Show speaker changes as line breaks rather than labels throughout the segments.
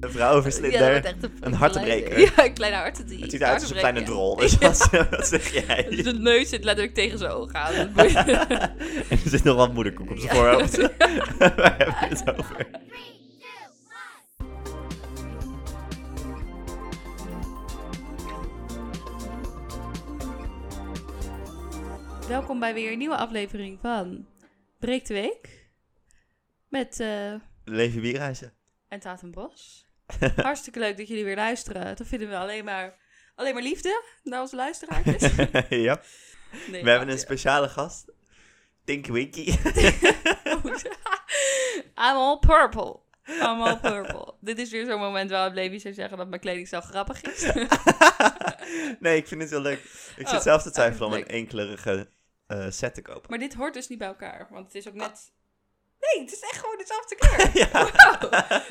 Een vrouwenverslinder.
dat wordt echt
een hartenbreker.
kleine- Ja, een kleine hartenbreker.
het ziet eruit als een kleine
Hartenbreker,
drol. Dus
ja. Ja.
wat, wat zeg
Dus
jij?
de neus zit letterlijk tegen zijn ogen aan. Dat moet je-
en er zit nog wat moederkoek op zijn
Ja.
voorhoofd. Waar hebben we het over?
Three, two, one.
Welkom bij weer een nieuwe aflevering van Breek de Week. Met eh
Levi Bierhuizen.
en Taat en Bos. Hartstikke leuk dat jullie weer luisteren. Dat vinden we alleen maar, alleen maar liefde naar onze Dus luisteraars. Nee,
ja. We hebben een
grapje.
speciale gast. Tinky Winky.
I'm all purple. I'm all purple. Dit is weer zo'n moment waarop Levi zou zeggen dat mijn kleding zo grappig is.
nee, ik vind het heel leuk. Ik zit
Oh,
zelf te twijfelen om
leuk.
een eenkleurige eh, set te kopen.
maar dit hoort dus niet bij elkaar, want het is ook net... Ah. Nee, het is echt gewoon dezelfde kleur.
ja,
Wow.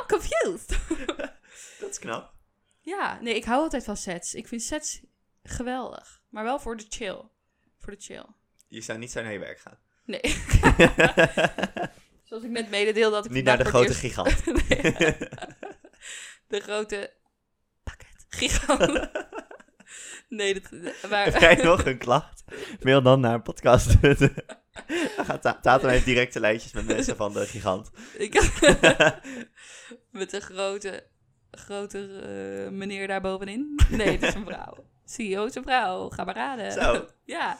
I'm confused.
dat is knap.
ja, nee, ik hou altijd van sets. Ik vind sets geweldig. Maar wel voor de chill. Voor de chill.
Je zou niet zo naar je werk gaan.
Nee. Zoals ik net mededeel dat ik
niet naar
vandaag
de
voor het
grote
eerst-
gigant.
Nee. de grote pakket gigant. nee, dat,
Heb
maar
jij nog een klacht? Mail dan naar podcast. Dan gaat Ta- Tatum heeft directe lijntjes met mensen van de gigant.
ik, met de grote, grote eh, meneer daar bovenin. Nee, het is een vrouw. CEO is een vrouw, ga maar raden.
Zo.
Ja,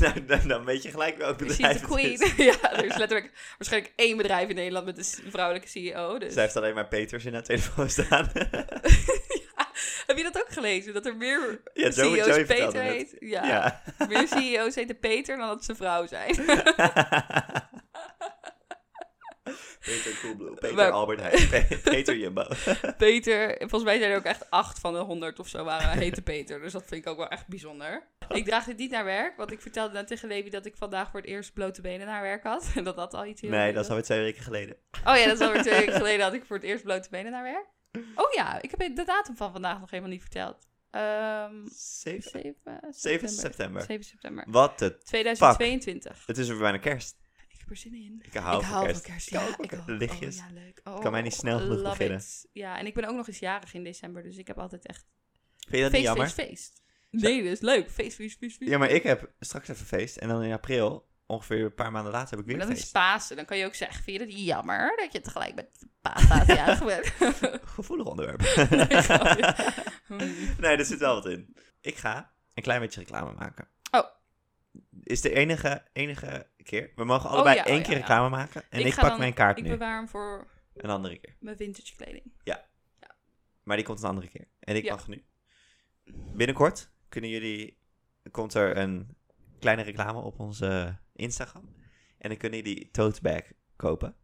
nou, dan, dan weet je gelijk welk
she's
bedrijf
the
het
queen.
is. dus.
ja, er is letterlijk waarschijnlijk één bedrijf in Nederland met een s- vrouwelijke CEO. Dus.
Zij heeft alleen maar Peters in haar telefoon staan.
Heb je dat ook gelezen? Dat er meer
Ja, Joey-
CEO's
Joey vertelde
Peter
het.
heet? Ja.
ja.
Meer E CEO's heten Peter dan dat ze vrouw zijn.
Peter Coolblue, Peter
Maar-
Albert Heijn, Pe- Peter Jumbo.
Peter, volgens mij zijn er ook echt acht van de honderd of zo waren hete Peter. Dus dat vind ik ook wel echt bijzonder. Ik draag dit niet naar werk, want ik vertelde net tegen Levi dat ik vandaag voor het eerst blote benen naar werk had. En dat dat al iets heel...
Nee, dat is alweer twee weken geleden.
Oh ja, dat is alweer twee weken geleden dat ik voor het eerst blote benen naar werk. Oh ja, ik heb de datum van vandaag nog helemaal niet verteld. Ehm
7,
7 september.
7 september.
7 september.
Wat het.
2022.
Het is weer bijna kerst.
Ik heb er zin in.
Ik hou,
ik
van,
hou
kerst.
van kerst.
Ik hou
Ja,
ook van
ik
kerst.
ook.
Lichtjes.
Oh, ja, leuk. Oh,
kan mij niet snel genoeg
love
beginnen.
it. Ja, en ik ben ook nog eens jarig in december, dus ik heb altijd echt
Vind je dat niet
feest,
jammer?
feest, feest. Nee, dat is leuk. Feest, feest, feest, feest.
Ja, maar ik heb straks even feest. En dan in april, ongeveer een paar maanden later, heb ik
Maar
weer
dat is
feest.
Pasen. Dan kan je ook zeggen, vind je dat jammer dat je tegelijk met Pasen jarig bent?
Gevoelig onderwerp.
Nee, grapje. Hmm.
Nee, er zit wel wat in. Ik ga een klein beetje reclame maken.
Oh.
Is de enige, enige keer. We mogen allebei
ja, oh
één
ja,
keer
ja.
reclame maken. En
Ik
ik,
ga
pak
dan-
mijn kaart
Ik
nu.
bewaar hem voor
Een andere keer.
mijn vintage kleding.
Maar die komt een andere keer. En ik
Ja.
mag nu. Binnenkort kunnen jullie... Komt er een kleine reclame op onze Instagram. En dan kunnen jullie die tote bag kopen.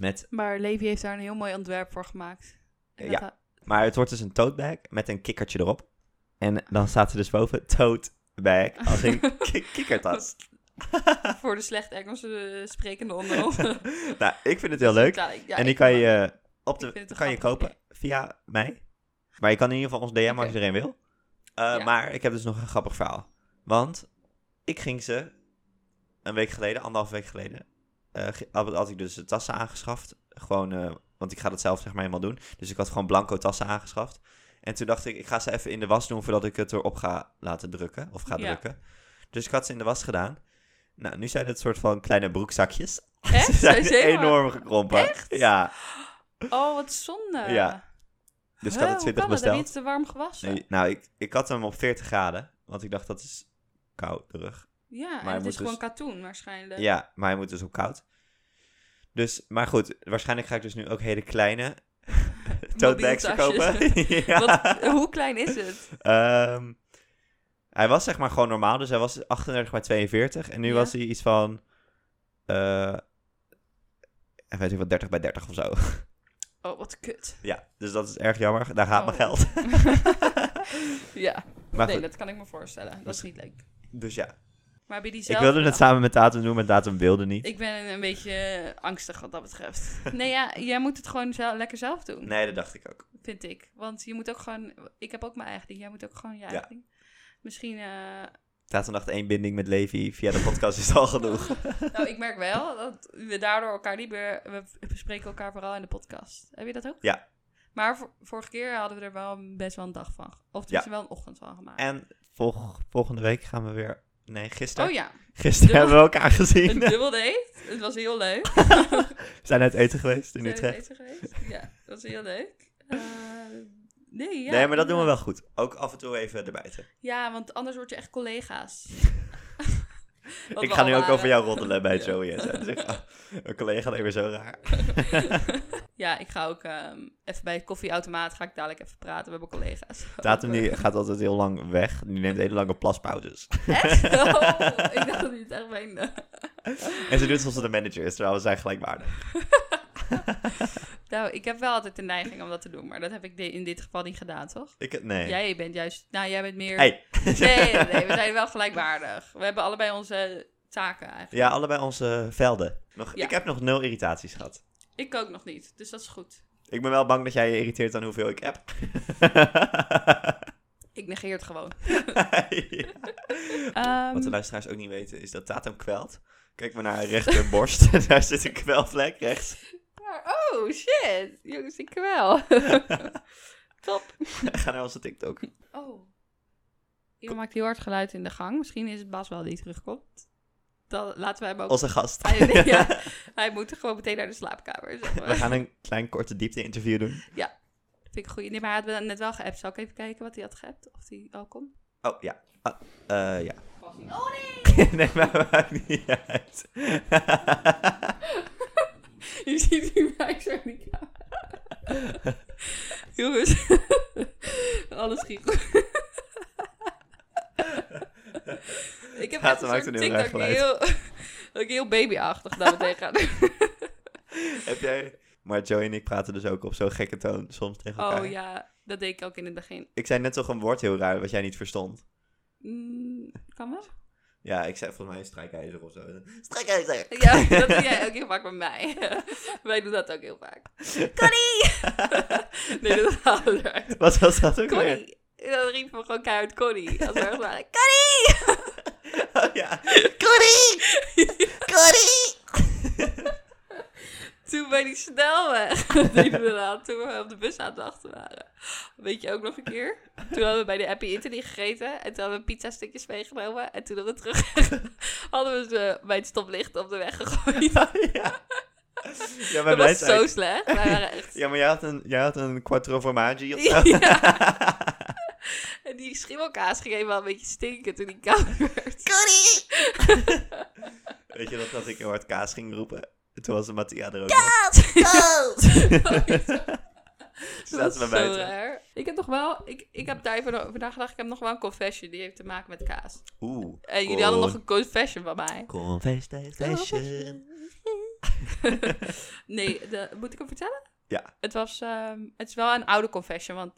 Met,
Maar Levi heeft daar een heel mooi ontwerp voor gemaakt. En
Ja.
dat-
maar het wordt dus een tote bag met een kikkertje erop. En dan staat er dus boven tote bag als een ki- kikkertas.
Voor de slecht Engels eh, sprekende onder ons.
nou, ik vind het heel leuk.
Ja,
en die
ik-
kan je, eh, op
ik
de,
vind het een
kan je
grappig
kopen via mij. Maar je kan in ieder geval ons DM als
Oké.
iedereen wil. Uh,
Ja.
Maar ik heb dus nog een grappig verhaal. Want ik ging ze een week geleden, anderhalf week geleden, eh, ge- had, had ik dus de tassen aangeschaft. Gewoon, eh, want ik ga dat zelf zeg maar helemaal doen. Dus ik had gewoon blanco tassen aangeschaft. En toen dacht ik, ik ga ze even in de was doen voordat ik het erop ga laten drukken. Of ga
Ja.
drukken. Dus ik had ze in de was gedaan. Nou, nu zijn het soort van kleine broekzakjes.
Echt?
Ze zijn
Zijn ze helemaal-
enorm gekrompen.
Echt?
Ja.
Oh, wat zonde.
Ja. Dus ik
Huh,
had het 20
hoe kan dat? Heb je
besteld.
het te warm gewassen?
Nee, nou, ik, ik had hem op 40 graden. Want ik dacht, dat is kouderig.
Ja,
hij
en het
moet
is gewoon
dus-
katoen waarschijnlijk.
Ja, maar hij moet dus ook koud. Dus, maar goed, waarschijnlijk ga ik dus nu ook hele kleine tote
Mobiele
bags verkopen. ja.
Wat, hoe klein is het?
Ehm, hij was zeg maar gewoon normaal. Dus hij was 38 bij 42. En nu
Ja.
was hij iets van... eh ik weet niet wat, 30 bij 30 of zo.
Oh, wat kut.
Ja, dus dat is erg jammer. Daar gaat mijn
Oh.
geld.
Ja,
Maar
nee,
goed,
dat kan ik me voorstellen. Dat is niet leuk.
dus ja.
Maar heb je die
Ik
zelf...
wilde het
bedacht?
samen met Datum doen, maar Datum wilde niet.
Ik ben een beetje eh, angstig wat dat betreft. Nee, ja, jij moet het gewoon zelf, lekker zelf doen,
Nee, dat dacht ik ook.
vind ik. Want je moet ook gewoon... Ik heb ook mijn eigen ding, jij moet ook gewoon je eigen
Ja.
ding. Misschien eh,
Tatendacht één binding met Levi via de podcast is al genoeg.
Nou, ik merk wel dat we daardoor elkaar niet meer... We bespreken elkaar vooral in de podcast. Heb je dat ook?
Ja.
Maar vor- vorige keer hadden we er wel best wel een dag van. ge- Of tenminste wel een ochtend van gemaakt.
En volg- volgende week gaan we weer... Nee, gisteren.
oh ja,
Gisteren
Dubbel-
hebben we elkaar
een
gezien.
dubbel date. Het was heel leuk.
We zijn uit eten geweest in
Zijn we
Utrecht.
eten geweest? Ja, dat was heel leuk. Eh, nee, ja.
nee, maar dat doen we
inderdaad.
wel goed. Ook af en toe even erbuiten.
Ja, want anders word je echt collega's. Wat
Ik
we
ga
al
nu ook
waren.
over jou roddelen bij het
Ja.
Zoe. en zeggen, oh, Mijn collega deed weer zo raar.
Ja, ik ga ook ehm, even bij het koffieautomaat ga ik dadelijk even praten met mijn collega's.
Tatum die gaat altijd heel lang weg. Die neemt hele lange plaspauzes.
Echt? Oh, ik dacht dat je het echt meende.
En ze doet het als ze de manager is, terwijl we zijn gelijkwaardig.
Nou, ik heb wel altijd de neiging om dat te doen, maar dat heb ik di- in dit geval niet gedaan, toch?
Ik, nee.
Jij bent juist... Nou, jij bent meer...
Hey.
Nee, nee, nee, we zijn wel gelijkwaardig. We hebben allebei onze taken eigenlijk.
Ja, allebei onze velden. Nog,
Ja.
Ik heb nog nul irritaties gehad.
Ik ook nog niet, dus dat is goed.
Ik ben wel bang dat jij je irriteert aan hoeveel ik heb.
Ik negeer het gewoon.
Ja.
Ehm,
Wat de luisteraars ook niet weten, is dat Tatum kwelt. Kijk maar naar haar rechterborst. Daar zit een kwelvlek rechts.
maar- oh, shit. Jongens, ik wel. Top.
Ga naar onze TikTok.
Oh. Iemand maakt heel hard geluid in de gang. Misschien is het Bas wel die terugkomt. Dan laten we hem ook...
Onze gast.
Hij, ja, hij moet gewoon meteen naar de slaapkamer. Zeg maar.
We gaan een klein korte diepte-interview doen.
Vind ik een goeie. Nee, maar hij had net wel geappt. Zal ik even kijken wat hij had geappt? Of hij al komt?
Oh, ja. Ah, eh, ja.
Oh nee!
nee, maar maakt niet uit.
Je ziet nu mij zo in die kamer. Jongens. Alles schiet. ik heb
Ja,
echt
ze
een
maakt
soort
een heel raar
TikTok
geluid.
heel, dat ik heel babyachtig naar me tegen ga.
Heb jij... Maar Joey en ik praten dus ook op zo'n gekke toon soms tegen elkaar.
Oh ja, dat deed ik ook in het begin.
Ik zei net toch een woord heel raar wat jij niet verstond.
Mm, kan wel?
Ja, ik zei volgens mij strijkijzer of zo. Strijkijzer!
Ja, dat doe jij ook heel vaak met mij. Wij doen dat ook heel vaak. Connie! nee, dat halen we eruit.
Wat was dat ook weer?
Connie! En dan riepen we gewoon keihard Connie. Als we ergens waren. Connie!
Oh, ja. Corrie! Corrie!
Toen bij die snelweg. Dat deden we dan. Toen we op de bus aan het wachten waren. Weet je ook nog een keer? Toen hadden we bij de Happy Italy gegeten. En toen hadden we pizza stukjes meegenomen. En toen hadden we terug... hadden we ze bij het stoplicht op de weg gegooid.
ja. Ja, maar wij
Dat was
zijn...
zo slecht. Wij waren echt...
Ja, maar jij had een, jij had een quattro formaggi of zo.
Ja. En die schimmelkaas ging even wel een beetje stinken toen die koud werd.
Goody!
Weet je nog dat ik heel hard kaas ging roepen? Toen was Mattia er ook nog.
Go!
Toen zaten we
zo
buiten.
raar. Ik heb nog wel, ik, ik heb daar even over nagedacht, ik heb nog wel een confession die heeft te maken met kaas.
Oeh.
En jullie hadden nog een confession van mij.
Confession.
Nee, de, moet ik hem vertellen?
Ja.
Het, was, ehm, het is wel een oude confession, want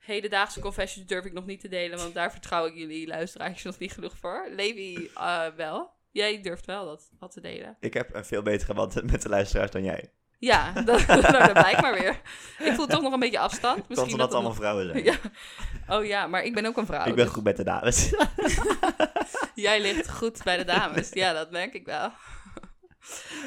hedendaagse confessions durf ik nog niet te delen, want daar vertrouw ik jullie luisteraars nog niet genoeg voor. Levi eh, wel. Jij durft wel dat, dat te delen.
Ik heb een veel betere band met de luisteraars dan jij.
Ja, dat, nou, dat blijkt maar weer. Ik voel toch nog een beetje afstand.
Misschien
Misschien
omdat
dat
het allemaal
dat
vrouwen zijn.
Ja. nog- Oh ja, maar ik ben ook een vrouw.
ik ben
dus
goed met de dames.
Jij ligt goed bij de dames. Ja, dat merk ik wel.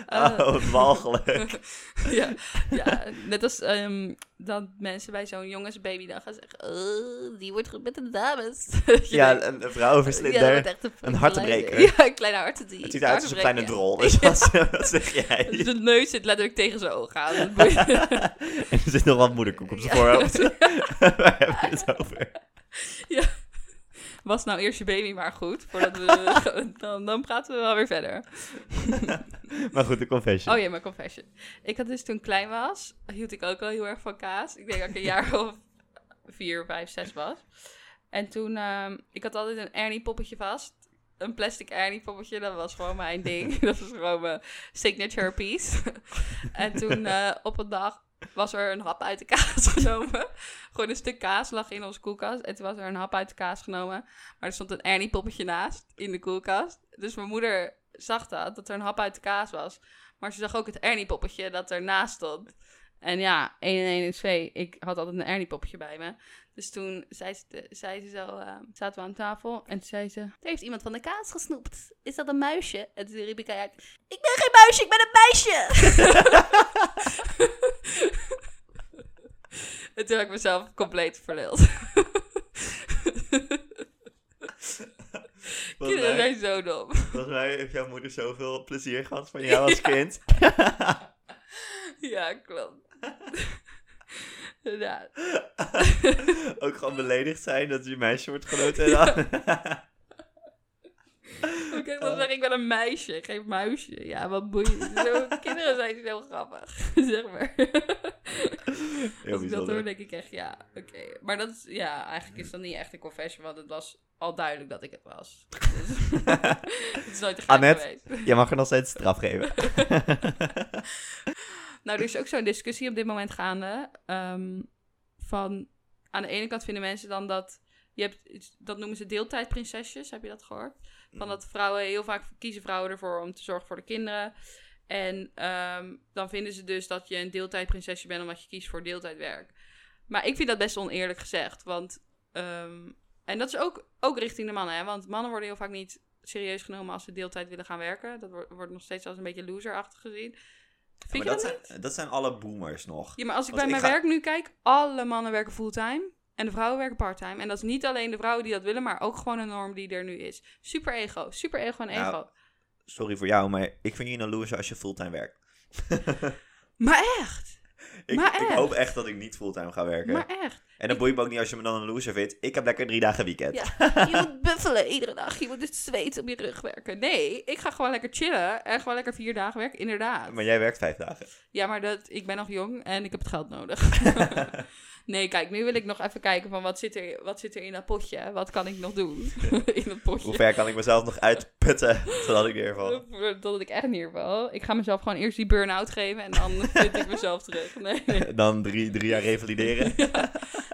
Eh,
oh, walgelijk.
ja, ja, net als ehm, dat mensen bij zo'n jongensbabydag gaan zeggen... "Oh, die wordt goed met de dames. Dat je
ja, eh,
denkt,
een, een vrouwenverslinder.
wordt echt
Een hartenbreker.
kleine- Ja, een kleine hartenbreker.
het ziet eruit als een kleine drol. Dus wat, wat zeg jij?
Dus de neus zit letterlijk tegen zijn ogen aan. Dat boeit-
er zit nog wat moederkoek op zijn voorhoofd. Waar heb je het over?
Was nou eerst je baby maar goed, voordat we... dan, dan praten we wel weer verder.
Maar goed, de confession.
Oh ja, mijn confession. Ik had dus toen ik klein was, hield ik ook wel heel erg van kaas. Ik denk dat ik een jaar of vier, vijf, zes was. En toen, ehm, ik had altijd een Ernie poppetje vast. Een plastic Ernie poppetje, dat was gewoon mijn ding. dat was gewoon mijn signature piece. en toen eh, op een dag was er een hap uit de kaas genomen. Gewoon een stuk kaas lag in onze koelkast. En toen was er een hap uit de kaas genomen. Maar er stond een Ernie poppetje naast in de koelkast. Dus mijn moeder zag dat, dat er een hap uit de kaas was. Maar ze zag ook het Ernie poppetje dat ernaast stond. En ja, 1 en 1 is 2. Ik had altijd een Ernie poppetje bij me. Dus toen zei ze, te- zei ze zo, eh, zaten we aan tafel en toen zei ze... Er heeft iemand van de kaas gesnoept. Is dat een muisje? En toen riep ik haar uit... Ik ben geen muisje, ik ben een meisje! en toen heb ik mezelf compleet verleeld.
Volgens
Kinderen
mij,
zijn zo dom.
volgens mij heeft jouw moeder zoveel plezier gehad van jou als kind.
Ja, klopt. ja,
Ook gewoon beledigd zijn dat je meisje wordt genoemd. en dan-
ik kan wel zeggen, ik ben een meisje, geen muisje. Ja, wat boeiend. Zo, kinderen zijn zo grappig, zeg maar.
Heel
Als ik Dus dat hoor,
bijzonder.
denk ik echt, ja, oké. Maar dat is, ja, eigenlijk is dat niet echt een confession, want het was al duidelijk dat ik het was. Dus, het is nooit een geheim
Annette?
geweest.
Je mag er nog steeds straf geven.
Nou, er is ook zo'n discussie op dit moment gaande. ehm, van aan de ene kant vinden mensen dan dat. Je hebt, dat noemen ze deeltijdprinsesjes, heb je dat gehoord? Van dat vrouwen heel vaak kiezen vrouwen ervoor om te zorgen voor de kinderen. En ehm, dan vinden ze dus dat je een deeltijdprinsesje bent omdat je kiest voor deeltijdwerk. Maar ik vind dat best oneerlijk gezegd. Want. ehm, en dat is ook, ook richting de mannen, hè? Want mannen worden heel vaak niet serieus genomen als ze deeltijd willen gaan werken. Dat wordt, wordt nog steeds als een beetje loserachtig gezien. Vind
Maar
je dat,
dat
niet?
zijn, dat zijn alle boomers nog.
Ja, maar als ik
Want
bij
ik
mijn
ga-
werk nu kijk, alle mannen werken fulltime en de vrouwen werken parttime. En dat is niet alleen de vrouwen die dat willen, maar ook gewoon een norm die er nu is. Super ego, super ego en ego.
Nou. Sorry voor jou, maar ik vind je een loser als je fulltime werkt.
Maar echt,
Ik,
Maar
ik
echt?
hoop echt dat ik niet fulltime ga werken.
maar echt.
en dat boeit me ook niet als je me dan een loser vindt. Ik heb lekker drie dagen weekend.
Ja. Je moet buffelen iedere dag, je moet het zweet op je rug werken. Nee, ik ga gewoon lekker chillen en gewoon lekker vier dagen werken, inderdaad.
Maar jij werkt vijf dagen.
Ja, maar dat, ik ben nog jong en ik heb het geld nodig. nee, kijk, nu wil ik nog even kijken van wat zit er, wat zit er in dat potje? Wat kan ik nog doen in dat potje?
Hoe ver kan ik mezelf nog uitputten totdat ik weer val?
Dat ik echt neerval. Ik ga mezelf gewoon eerst die burn-out geven en dan vind ik mezelf terug. Nee, nee.
Dan drie, drie jaar revalideren.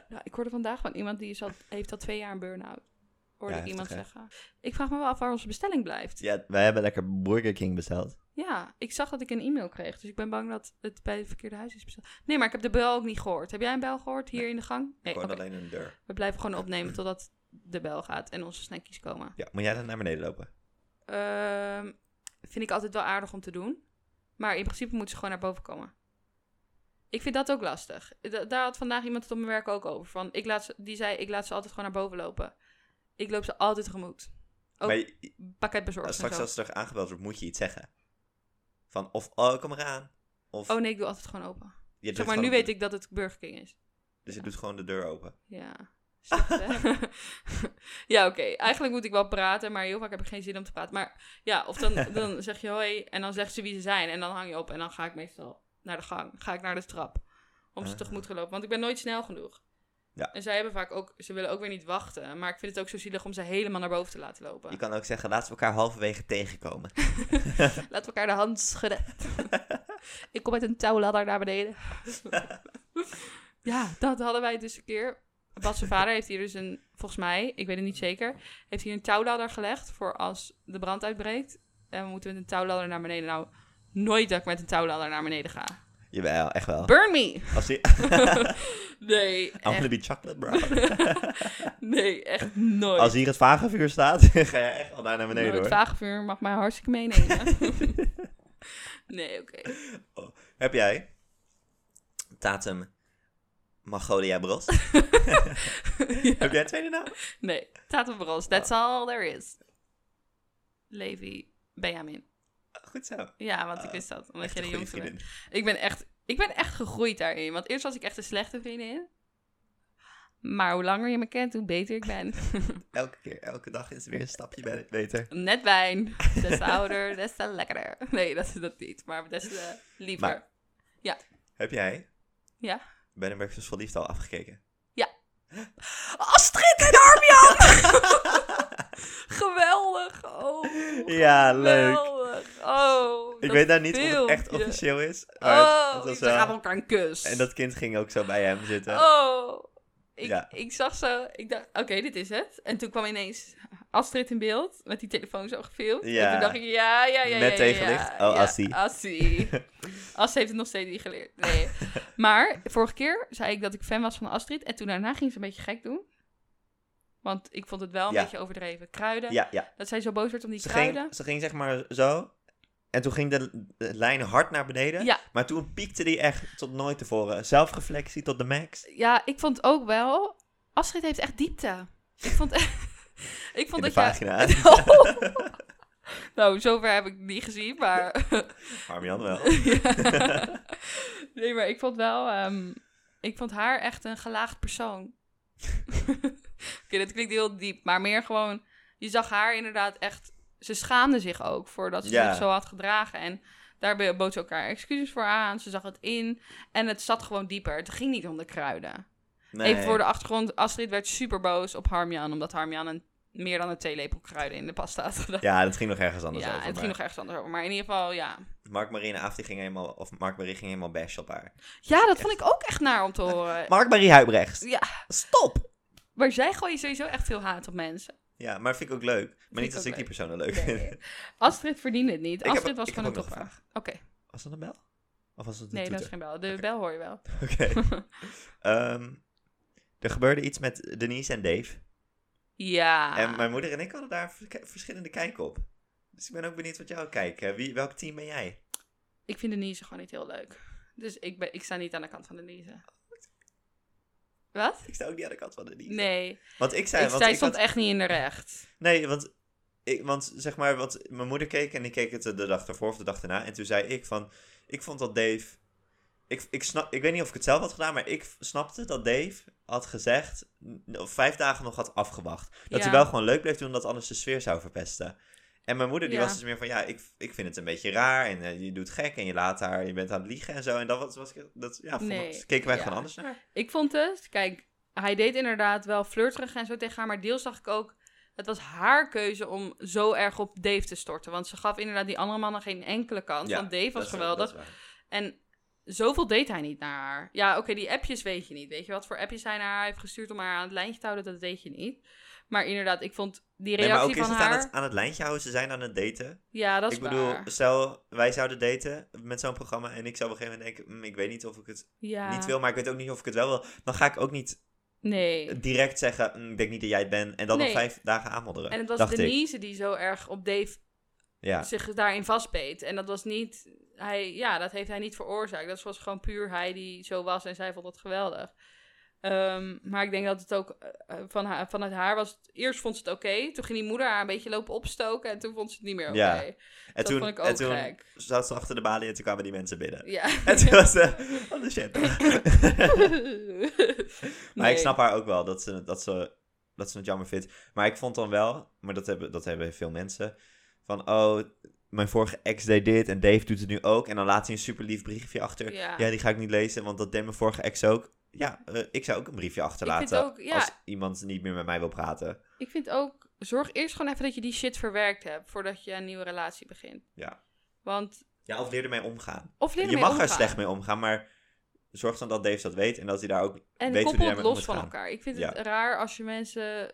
Nou, ik hoorde vandaag van iemand die is al, heeft al twee jaar een burn-out. Hoorde
Ja,
ik iemand
heftig,
zeggen. Ik vraag me wel af waar onze bestelling blijft. Ja.
Ja, wij hebben lekker Burger King besteld.
ik zag dat ik een e-mail kreeg. Dus ik ben bang dat het bij het verkeerde huis is besteld. Nee, maar ik heb de bel ook niet gehoord. Heb jij een bel gehoord hier in de gang? Nee,
Gewoon
oké.
alleen een deur.
we blijven gewoon opnemen totdat de bel gaat en onze snackies komen.
Ja, moet jij dan naar beneden lopen?
Oh, Ehm, vind ik altijd wel aardig om te doen. Maar in principe moeten ze gewoon naar boven komen. Ik vind dat ook lastig. Da- daar had vandaag iemand het op mijn werk ook over. Van, ik laat ze, die zei, ik laat ze altijd gewoon naar boven lopen. Ik loop ze altijd tegemoet. Ook
Maar je-
pakket bezorgd
als
en
straks
zo.
als er aangebeld wordt, moet je iets zeggen. Van of, oh, kom eraan. Of,
Oh nee, ik doe altijd gewoon open.
je
Zeg maar, nu weet ik dat het Burger King is.
Dus je doet gewoon de deur open.
Ja. Shit, hè? ja, oké. Eigenlijk moet ik wel praten, maar heel vaak heb ik geen zin om te praten. Maar ja, of dan, dan zeg je hoi en dan zegt ze wie ze zijn en dan hang je op en dan ga ik meestal naar de gang. Ga ik naar de trap om ze
Ah.
tegemoet te lopen, want ik ben nooit snel genoeg.
Ja.
En zij hebben vaak ook, ze willen ook weer niet wachten, maar ik vind het ook zo zielig om ze helemaal naar boven te laten lopen.
Je kan ook zeggen, laten we elkaar halverwege tegenkomen.
Laten we elkaar de hand schudden. ik kom met een touwladder naar beneden. ja, dat hadden wij dus een keer. Bas zijn vader heeft hier dus een, volgens mij, ik weet het niet zeker, heeft hier een touwladder gelegd voor als de brand uitbreekt. En we moeten met een touwladder naar beneden. Nou, nooit dat ik met een touwladder naar beneden ga.
Jawel, echt wel.
Burn me!
Als die,
Nee,
I'm gonna
echt,
be chocolate brown.
nee, echt nooit.
Als hier het vagevuur staat, ga je echt al daar naar beneden
nooit
hoor.
vaagvuur mag mij hartstikke meenemen. nee, oké.
Heb jij Tatum Magolia Bros? Heb jij een tweede naam?
Nee, Tatum Bros.
Ah.
That's all there is. Levi Benjamin.
Goed zo.
Ja, want ik
Ah,
wist dat. Omdat
Echt
jij
een
de
goede
jongste bent.
vriendin.
Ik ben, echt, ik ben echt gegroeid daarin. Want eerst was ik echt een slechte vriendin. Maar hoe langer je me kent, hoe beter ik ben.
Elke keer, elke dag is er weer een stapje be- beter.
Net wijn. Des te ouder, des te lekkerder. Nee, dat is dat niet. Maar des te liever.
Maar- Heb jij
Ja.
Ben Breakfast voor Liefde al afgekeken?
Astrid en Armjan! Geweldig. Oh,
Ja, leuk.
geweldig. Oh,
Ik
dat
weet nou niet of het echt
filmpje.
officieel is. Maar het
Oh,
was eh,
ze
wel-
gaven elkaar een kus.
En dat kind ging ook zo bij hem zitten.
Oh, Ik,
Ja.
ik zag zo, ik dacht, oké, dit is het. En toen kwam ineens Astrid in beeld, met die telefoon zo gefilmd.
Ja.
En toen dacht ik, ja, ja, ja,
Met
ja, ja,
tegenlicht?
ja,
Oh,
ja,
Assie.
Assie. Assie heeft het nog steeds niet geleerd. Nee. maar vorige keer zei ik dat ik fan was van Astrid. En toen daarna ging ze een beetje gek doen. Want ik vond het wel een
Ja.
beetje overdreven. Kruiden.
Ja, ja.
Dat zij zo boos werd om die
Ze
kruiden.
ging, ze ging zeg maar zo. En toen ging de, de lijn hard naar beneden.
Ja.
Maar toen piekte die echt tot nooit tevoren. Zelfreflectie tot de max.
Ja, ik vond ook wel. Astrid heeft echt diepte. Ik vond, ik
In
vond
de
dat je.
vagina.
nou, zover heb ik het niet gezien, maar.
Armian wel.
Ja. nee, maar ik vond wel. ehm, ik vond haar echt een gelaagd persoon. Oké, dat klinkt heel diep, maar meer gewoon. Je zag haar inderdaad echt. Ze schaamde zich ook voor dat ze
Ja.
zich zo had gedragen. En daar bood ze elkaar excuses voor aan. Ze zag het in. En het zat gewoon dieper. Het ging niet om de kruiden.
Nee.
Even voor de achtergrond, Astrid werd super boos op Harmjan, omdat Harmjan een, meer dan een theelepel kruiden in de pasta had gedaan.
Ja, dat ging nog ergens anders
Ja,
over.
het
maar
ging nog ergens anders over. Maar in ieder geval, ja.
Mark Marie en Aaf, die ging helemaal, of Mark Marie ging helemaal bash op haar.
Ja, dat vond ik ook echt naar om te horen.
Mark Marie Huibrechts.
Ja,
Stop!
maar zij gooien sowieso echt veel haat op mensen.
Ja, maar vind ik ook leuk. Maar
ik
niet dat
ook
ik die
leuk.
personen leuk
Nee.
vind.
Astrid verdiende het niet.
Ik heb-
Astrid was
ik
gewoon een
heb ook nog
topper.
een
Oké,
Was dat een bel? Of was het een
nee, dat is
toeter?
geen bel. De
Oké.
bel hoor je wel.
Oké. Ehm, er gebeurde iets met Denise en Dave.
Ja.
En mijn moeder en ik hadden daar vers- verschillende kijken op. Dus ik ben ook benieuwd wat jouw kijk. eh, Wie, welk team ben jij?
Ik vind Denise gewoon niet heel leuk. Dus ik, ben, ik sta niet aan de kant van Denise. Wat?
Ik sta ook niet aan de kant van Denise.
Nee,
Want ik zei,
ik,
want
zij
ik
stond
had-
echt niet in de recht.
Nee, want, ik, want zeg maar, want mijn moeder keek en ik keek het eh, de dag ervoor of de dag daarna. En toen zei ik van, ik vond dat Dave... Ik, ik, snap, ik weet niet of ik het zelf had gedaan, maar ik snapte dat Dave had gezegd... n- of vijf dagen nog had afgewacht. Dat
Ja.
hij wel gewoon leuk bleef doen, dat anders de sfeer zou verpesten. En mijn moeder die
Ja.
was dus meer van, ja, ik, ik vind het een beetje raar. En eh, je doet gek en je laat haar, je bent aan het liegen en zo. En dat was, was ik- dat, ja, vond ik-
Nee,
keken wij
ja.
gewoon anders naar.
Ik vond het, kijk, hij deed inderdaad wel flirterig en zo tegen haar, maar deels zag ik ook, het was haar keuze om zo erg op Dave te storten. Want ze gaf inderdaad die andere mannen geen enkele kans,
Ja,
want Dave
dat
was
is wel- dat
geweldig.
is waar.
En zoveel deed hij niet naar haar. Ja, oké, die appjes weet je niet. Weet je wat voor appjes hij naar haar heeft gestuurd om haar aan het lijntje te houden, dat weet je niet. Maar inderdaad, ik vond die
Nee,
reactie
maar ook is
van
het
haar...
aan, het, aan het lijntje houden, ze zijn aan het daten.
Ja, dat is
ik bedoel,
waar.
stel wij zouden daten met zo'n programma en ik zou op een gegeven moment denken, "Mm, ik weet niet of ik het
Ja,
niet wil, maar ik weet ook niet of ik het wel wil. Dan ga ik ook niet
nee.
direct zeggen, "Mm, ik denk niet dat jij het bent en dan
Nee.
nog vijf dagen aanmodderen.
En het was
dacht ik.
Denise die zo erg op Dave
Ja.
zich daarin vastbeet. En dat was niet. Hij, ja, dat heeft hij niet veroorzaakt. Dat was gewoon puur hij die zo was en zij vond dat geweldig. Ehm, maar ik denk dat het ook eh, eh, van haar, vanuit haar was. het- Eerst vond ze het oké. Toen ging die moeder haar een beetje lopen opstoken. En toen vond ze het niet meer oké.
Ja. En
dat
toen,
vond ik ook
en toen
gek.
zat ze achter de balie en toen kwamen die mensen binnen.
Ja.
En toen was ze, oh de shit. Maar
Nee.
ik snap haar ook wel dat ze, dat, ze, dat ze het jammer vindt. Maar ik vond dan wel, maar dat hebben, dat hebben veel mensen, van oh, mijn vorige ex deed dit en Dave doet het nu ook. En dan laat hij een super lief briefje achter.
Ja.
die ga ik niet lezen, want dat deed mijn vorige ex ook. Ja, eh, ik zou ook een briefje achterlaten
ook, ja.
als iemand niet meer met mij wil praten.
Ik vind ook, zorg eerst gewoon even dat je die shit verwerkt hebt voordat je een nieuwe relatie begint.
Ja.
Want,
Ja, of leer ermee omgaan.
of leer
je
ermee
mag er
omgaan.
slecht mee omgaan, maar zorg dan dat Dave dat weet en dat hij daar ook...
En
Weet hoe
koppel
die
het
daarmee om
los
moet
van
gaan.
elkaar. Ik vind
Ja.
het raar als je mensen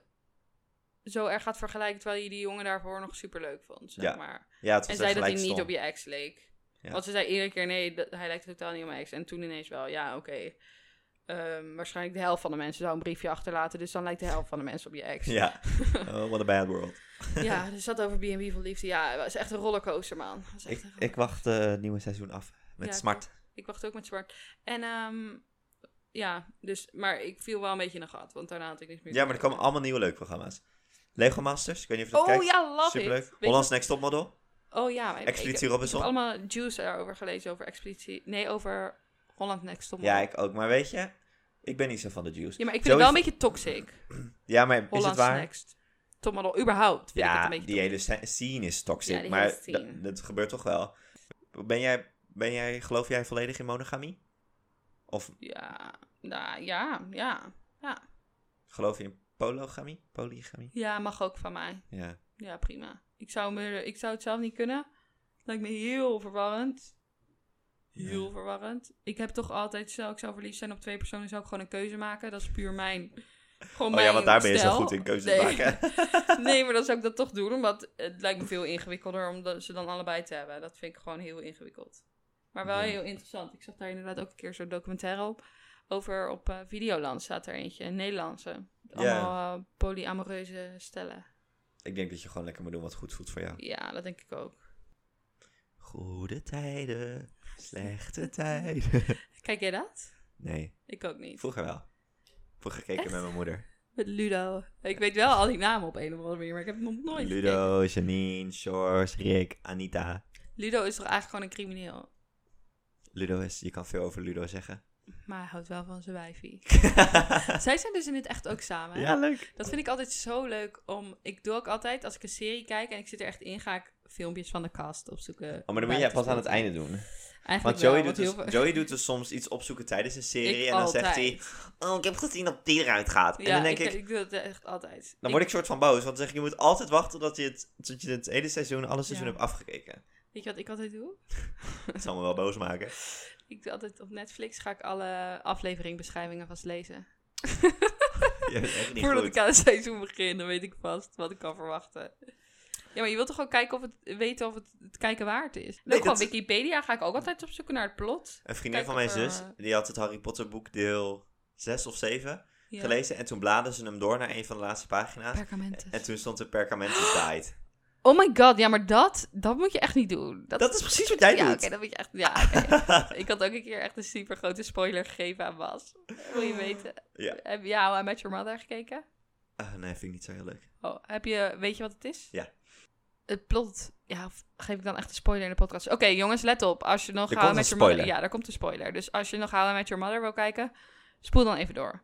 zo erg gaat vergelijken... terwijl je die jongen daarvoor nog super leuk vond, zeg
Ja.
maar.
Ja, het
En
was
zei
echt
dat hij
gelijk
niet
stom.
op je ex leek.
Ja.
Want ze zei iedere keer, nee, dat, hij lijkt totaal niet op mijn ex. En toen ineens wel, ja, oké. Ehm, waarschijnlijk de helft van de mensen zou een briefje achterlaten... dus dan lijkt de helft van de mensen op je ex.
Ja, oh, what a bad world.
Ja, dus dat over B&B van Liefde. Ja, het was echt een rollercoaster, man. Het was echt
Ik,
een
ik wacht eh, het nieuwe seizoen af met
Ja, ik
smart.
Ik wacht ook met zwart. En ehm, ja, dus, maar ik viel wel een beetje in een gat, want daarna had ik niks meer.
Ja, maar er komen allemaal nieuwe leuke programma's. Lego Masters, ik weet niet of je dat
Oh
kijkt.
ja, love it.
Superleuk.
Weet je
Hollands Next Topmodel.
wat- Oh ja, maar ik- ik,
Expeditie
ik heb
Robinson.
allemaal juice daarover gelezen, over expeditie. Nee, over Holland Next Top.
Ja, ik ook. Maar weet je, ik ben niet zo van de juice.
ja, maar ik
Zoiets-
vind het wel een beetje toxic.
Ja, maar is het
Holland
waar?
Next Top Model, überhaupt vind ik het
Ja,
een beetje
die hele sce- scene is toxic.
Ja, die
maar
hele scene.
dat, dat gebeurt toch wel. Ben jij, ben jij, geloof jij volledig in monogamie? Of
toxic. Ja, nou, ja, ja.
geloof je in pologamie? Polygamie?
Ja, mag ook van mij.
Ja.
Ja, prima. Ik zou, me, ik zou het zelf niet kunnen. Lijkt me heel verwarrend.
Oh
heel verwarrend. Ik heb toch altijd, stel ik zou verliefd zijn op twee personen, zou ik gewoon een keuze maken. Dat is puur mijn. Gewoon
Oh ja,
mijn
want daar ben je zo
stijl.
goed in keuzes
Nee.
maken.
Nee, maar dan zou ik dat toch doen, omdat het lijkt me veel ingewikkelder om dat- ze dan allebei te hebben. Dat vind ik gewoon heel ingewikkeld. Maar wel
Ja.
heel interessant. Ik zag daar inderdaad ook een keer zo'n documentaire op. Over op eh, Videoland staat er eentje, een Nederlandse. Allemaal eh, polyamoreuze stellen.
Ik denk dat je gewoon lekker moet doen wat goed voelt voor jou.
Ja, dat denk ik ook.
Goede tijden, slechte tijden.
Kijk jij dat?
Nee,
Ik ook niet.
vroeger wel. Vroeger gekeken met mijn moeder.
Met Ludo. Ik weet wel al die namen op een of andere manier, maar ik heb het nog nooit gekeken.
Ludo, Janine, Shores, Rick, Anita.
Ludo is toch eigenlijk gewoon een crimineel?
Ludo is, je kan veel over Ludo zeggen.
Maar hij houdt wel van zijn wijfie. Zij zijn dus in het echt ook samen. hè?
ja, leuk.
Dat vind ik altijd zo leuk om... Ik doe ook altijd, als ik een serie kijk en ik zit er echt in, ga ik filmpjes van de cast opzoeken.
Oh, maar dan moet je pas aan het einde doen.
Eigenlijk
Want Joey,
wel,
doet
heel
dus,
veel-
Joey doet dus soms iets opzoeken tijdens een serie.
Ik
en dan zegt hij,
altijd.
oh, ik heb gezien dat die eruit gaat. en
Ja,
dan denk
ik,
ik,
ik, doe dat echt altijd.
dan word ik soort van boos. Want dan zeg ik, je moet altijd wachten tot je het, tot je het hele seizoen, alle seizoen
Ja.
hebt afgekeken.
Weet je wat ik altijd doe?
Dat zal me wel boos maken.
Ik doe altijd op Netflix ga ik alle afleveringbeschrijvingen vast lezen.
Je bent echt niet
Voordat
goed.
ik aan het seizoen begin, dan weet ik vast wat ik kan verwachten. Ja, maar je wilt toch gewoon kijken of het, weten of het het kijken waard is.
Nee,
Nee, gewoon
dat-
Wikipedia ga ik ook altijd op zoeken naar het plot.
Een vriendin
Kijk
van mijn
of er,
zus,
eh,
die had het Harry Potter boek deel 6 of 7
Ja.
gelezen. En toen bladen ze hem door naar een van de laatste pagina's.
Perkamenten.
En toen stond er perkament is died.
Oh my god, ja, maar dat, dat moet je echt niet doen.
Dat is precies wat jij
ja,
doet.
oké, dat moet je echt. Ja, oké. ik had ook een keer echt een super grote spoiler gegeven aan Bas. Wil je weten?
Ja.
Heb je How I Met Your Mother gekeken?
Ah, nee, vind ik niet zo heel leuk.
Oh, heb je, weet je wat het is?
Ja.
Het plot, ja, of geef ik dan echt een spoiler in de podcast. Oké, jongens, let op. Als je nog
Er
How I
komt
Met
een
Your Mother...
spoiler.
Ja, daar komt een spoiler. Dus als je nog How I Met Your Mother wil kijken, spoel dan even door.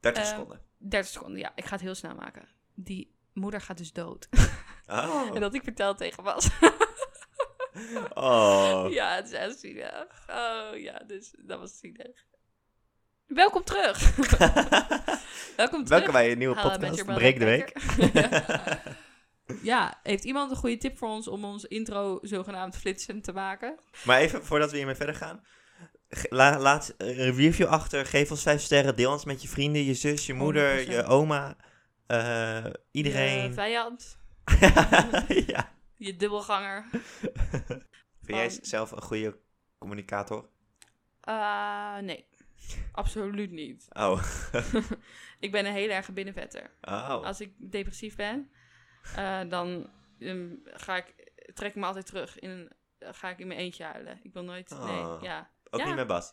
30
Eh,
seconden.
30 seconden, ja. Ik ga het heel snel maken. Die moeder gaat dus dood.
Oh.
En dat ik vertel tegen Bas.
Oh.
Ja, het is echt zielig. Oh ja, dus dat was zielig. Welkom terug. Welkom terug.
Welkom bij een nieuwe
Hallo, met
podcast.
your brother
Breek de week.
kijker. ja, heeft iemand een goede tip voor ons om ons intro zogenaamd flitsend te maken?
Maar even voordat we hiermee verder gaan. ge- la- laat een review achter. Geef ons 5 sterren. Deel ons met je vrienden, je zus, je moeder,
100%.
je oma. eh, iedereen.
Je vijand,
ja.
je dubbelganger.
Vind jij
Van-
zelf een goede communicator?
Eh, nee, absoluut niet.
Oh.
Ik ben een heel erg binnenvetter.
Oh.
Als ik depressief ben, eh, dan ehm, ga ik, trek ik me altijd terug. In een, dan ga ik in mijn eentje huilen. Ik wil nooit...
Oh.
Nee, ja.
Ook
ja.
niet met Bas.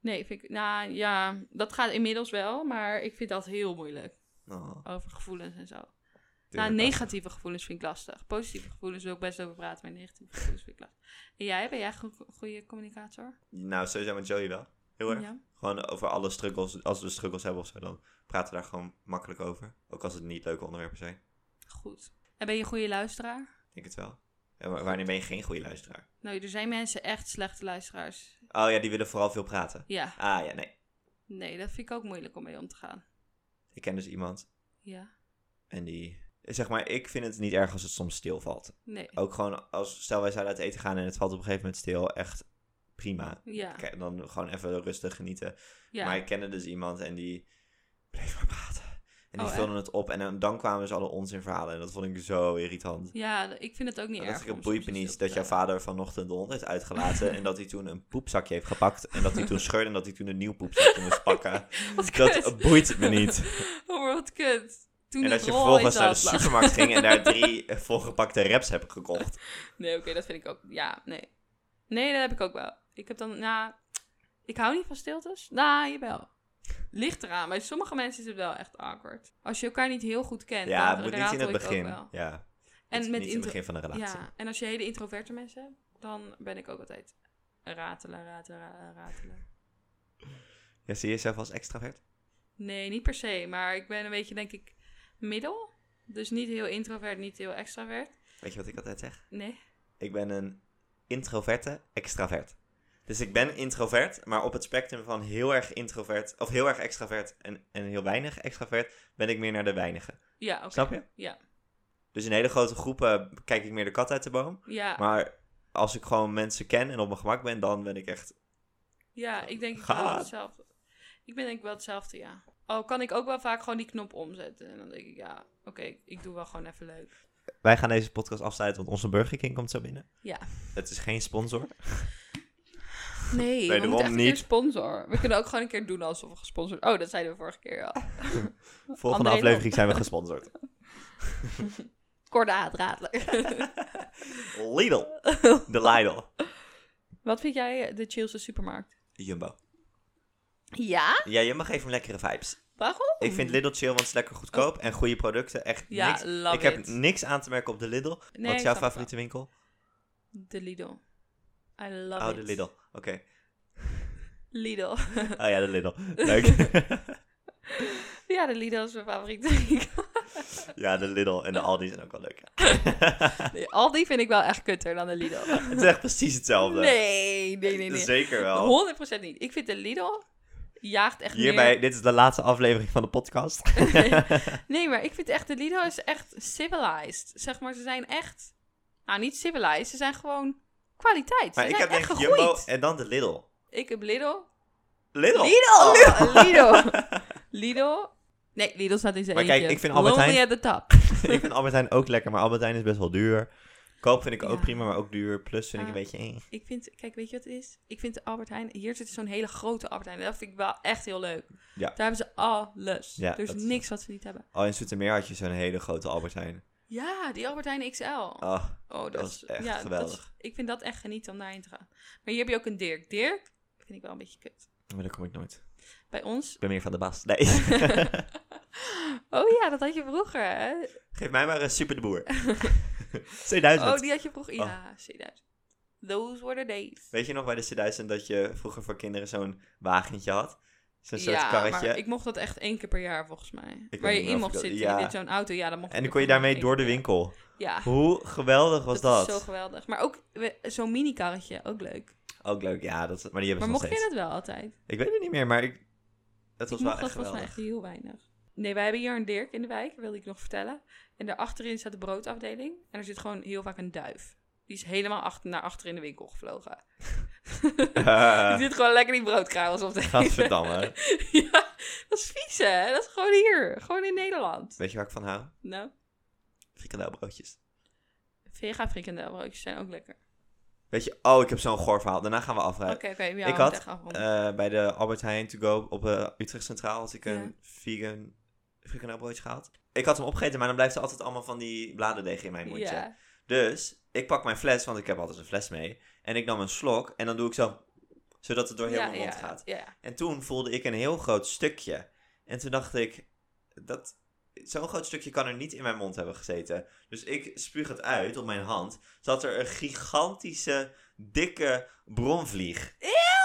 Nee, vind ik, nou ja, dat gaat inmiddels wel, maar ik vind dat heel moeilijk.
Oh,
Over gevoelens en zo. Nou,
tuurlijk,
negatieve gevoelens vind ik lastig. Positieve gevoelens wil ik best over praten, maar negatieve gevoelens vind ik lastig. En jij, ben jij een go- goede communicator?
Bas. Nou, sowieso met Joey wel. Heel erg.
Ja.
Gewoon over alle struggles. Als we struggles hebben of zo, dan praten we daar gewoon makkelijk over. Ook als het niet leuke onderwerpen zijn.
Goed. En ben je een goede luisteraar?
Ik denk het wel. En wa- wanneer ben je geen goede luisteraar?
Nou, er zijn mensen echt slechte luisteraars.
Oh ja, die willen vooral veel praten.
Ja,
Ah ja, nee.
nee, dat vind ik ook moeilijk om mee om te gaan.
Ik ken dus iemand
Ja,
en die... Zeg maar, ik vind het niet erg als het soms stilvalt.
nee.
Ook gewoon als... Stel, wij zouden uit eten gaan en het valt op een gegeven moment stil. Echt prima.
Ja,
Kijk, Dan gewoon even rustig genieten.
ja.
Maar ik kende dus iemand en die bleef maar praten. En die
Oh,
vulde het op. En dan- dan kwamen dus alle onzinverhalen. En dat vond ik zo irritant.
ja, ik vind het ook niet
Dat
erg.
is een
om soms stil
boeipenies
te
dat jouw
zijn.
vader vanochtend de hond heeft uitgelaten. en dat hij toen een poepzakje heeft gepakt. En dat hij toen scheurde en dat hij toen een nieuw poepzakje moest pakken.
Wat kut.
Dat boeit me niet.
Oh, maar wat kut. Toen
En
die
dat je
rol
vervolgens
in
naar de
zat lag.
supermarkt ging en daar drie eh, volgepakte reps hebt gekocht.
Nee, oké, dat vind ik ook. Ja, nee. Nee, dat heb ik ook wel. Ik heb dan, nou, ik hou niet van stiltes. Nou, jawel. Ligt eraan. Bij sommige mensen is het wel echt awkward. Als je elkaar niet heel goed kent.
ja,
dan-
het moet
daar
niet in het
ratel ik ook
begin.
wel.
Ja.
En
Het is niet in
met
het
intro-
begin van een relatie.
Ja, en als je hele introverte mensen hebt, dan ben ik ook altijd ratelen, ratelen, ratelen, ratelen.
Ja, zie je jezelf als extravert?
Nee, niet per se. Maar ik ben een beetje, denk ik, middel. Dus niet heel introvert, niet heel extravert.
Weet je wat ik altijd zeg?
Nee.
Ik ben een introverte extravert. Dus ik ben introvert, maar op het spectrum van heel erg introvert, of heel erg extravert en, en heel weinig extravert, ben ik meer naar de weinige.
Ja, oké.
Snap je?
Ja.
Dus in hele grote groepen kijk ik meer de kat uit de boom.
Ja,
Maar als ik gewoon mensen ken en op mijn gemak ben, dan ben ik echt...
Ja, ik denk wel
Gaat.
hetzelfde. Ik ben denk ik wel hetzelfde, ja. Al kan ik ook wel vaak gewoon die knop omzetten. En dan denk ik, ja, oké, ik doe wel gewoon even leuk.
Wij gaan deze podcast afsluiten, want onze Burger King komt zo binnen.
Ja.
Het is geen sponsor.
Nee, we
Wederom
moeten echt een keer
niet.
sponsor. We kunnen ook gewoon een keer doen alsof we gesponsord... Oh, dat zeiden we vorige keer al.
Volgende
André
aflevering zijn we gesponsord.
Korte aanrader.
Lidl. De Lidl.
Wat vind jij eh, de chillste supermarkt?
Jumbo.
Ja?
Ja, Jumbo geeft me lekkere vibes.
Waarom?
Ik vind Lidl chill, want het is lekker goedkoop en goede producten. Echt
Oh. Ja,
niks.
love
ik heb
it.
niks aan te merken op de Lidl.
Nee,
Wat
ik
is
snap
jouw
het
favoriete winkel?
De Lidl. I love
Oh,
it.
de Lidl. Oké.
Lidl.
Oh ja, de Lidl. Leuk.
ja, de Lidl is mijn favoriete winkel.
ja, de Lidl en de Aldi zijn ook wel leuk.
Nee, Aldi vind ik wel echt kutter dan de Lidl.
Het is echt precies hetzelfde.
Nee, nee, nee, nee.
Zeker wel.
100% niet. Ik vind de Lidl jaagt echt
Hierbij,
meer.
dit is de laatste aflevering van de podcast.
Nee, maar ik vind echt de Lidl is echt civilized. Zeg maar, ze zijn echt. Nou, niet civilized, ze zijn gewoon kwaliteit. Ze
maar ik
zijn
heb denk
echt
ik
gegroeid.
Jumbo Oh. en dan de Lidl.
Ik heb Lidl.
Lidl!
Lidl! Lidl! Lidl. Nee, Lidl staat in zijn
Maar kijk,
eentje.
ik vind Albert
Lonely
Heijn-
at the top.
ik vind Albert Heijn ook lekker, maar Albert Heijn is best wel duur. Koop vind ik ook
Ja.
prima, maar ook duur. Plus vind ik
Ah.
een beetje eng.
Ik vind, kijk, weet je wat het is? Ik vind de Albert Heijn, hier zit zo'n hele grote Albert Heijn. Dat vind ik wel echt heel leuk.
Ja.
Daar hebben ze alles.
Ja,
er is
dat is-
niks wat ze niet hebben.
Oh, in Zoetermeer had je zo'n hele grote Albert Heijn.
Ja, die Albert Heijn XL. Oh,
Oh,
dat,
dat
is
is echt
ja,
geweldig.
dat is- ik vind dat echt geniet om daarheen te gaan. Maar hier heb je ook een Dirk. Dirk vind ik wel een beetje kut.
maar daar kom ik nooit.
Bij ons.
Ik ben meer van de baas. Nee. Geef
Oh ja, dat had je vroeger, hè?
mij maar een super de boer. 2000.
Oh, die had je vroeger. Ja, zie dat. Those were the days.
Weet je nog bij de C1000 dat je vroeger voor kinderen zo'n wagentje had? Zo'n soort
ja,
karretje.
maar ik mocht dat echt één keer per jaar, volgens mij.
weet
Waar je
niet meer of
in mocht
ik dat-
zitten,
ja.
in dit- zo'n auto. Ja, dan mocht
En
ik
dan kon je
ook
daarmee
één
door de
keer per
winkel.
jaar. Ja.
Hoe geweldig was
dat
dat?
is zo geweldig. Maar ook we- zo'n minikarretje, ook leuk.
Ook leuk, ja. Dat, maar die hebben
Maar
ze nog steeds.
mocht je dat wel altijd?
Ik weet het niet meer, maar ik... Het was
ik
wel
mocht
echt
dat volgens
geweldig.
mij echt heel weinig. Nee, wij hebben hier een Dirk in de wijk, wilde ik nog vertellen. En daarachterin staat de broodafdeling. En er zit gewoon heel vaak een duif. Die is helemaal achter, naar achter in de winkel gevlogen. Die
Eh,
zit gewoon lekker die broodkruimels op te eten.
Gadverdamme.
ja, dat is vies hè. Dat is gewoon hier. Gewoon in Nederland.
Weet je waar ik van hou?
Nou,
Frikandelbroodjes.
vega frikandelbroodjes zijn ook lekker.
Weet je... Oh, ik heb zo'n goor verhaal. Daarna gaan we afrijden.
Oké, oké. ja,
Eh, ik
we
had,
moeten echt afronden.
Eh, bij de Albert Heijn to go op eh, Utrecht Centraal had ik een
Ja.
vegan frikandelbroodje gehaald. Ik had hem opgegeten, maar dan blijft er altijd allemaal van die bladerdeeg in mijn mondje.
ja.
Dus ik pak mijn fles, want ik heb altijd een fles mee. En ik nam een slok en dan doe ik zo, zodat het door heel
ja,
mijn mond
ja,
gaat.
Ja,
En toen voelde ik een heel groot stukje. En toen dacht ik, dat, zo'n groot stukje kan er niet in mijn mond hebben gezeten. Dus ik spuug het uit op mijn hand. Zat er een gigantische, dikke bronvlieg.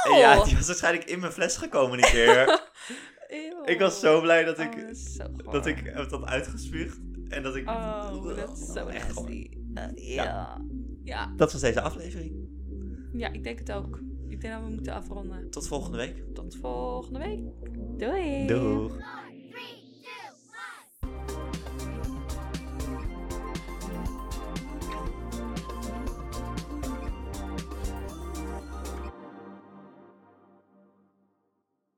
En ja, die was waarschijnlijk in mijn fles gekomen die keer.
Eeuw.
ik was zo blij dat ik,
Oh, dat is zo
dat
goor.
ik het had uitgespuugd. En dat ik...
Oh, dat is zo
Echt goor.
nasty. Eh,
Ja.
ja. ja.
Dat was deze aflevering.
Ja, ik denk het ook. Ik denk dat we moeten afronden.
Tot volgende week.
Tot volgende week. Doei.
Doeg.
Love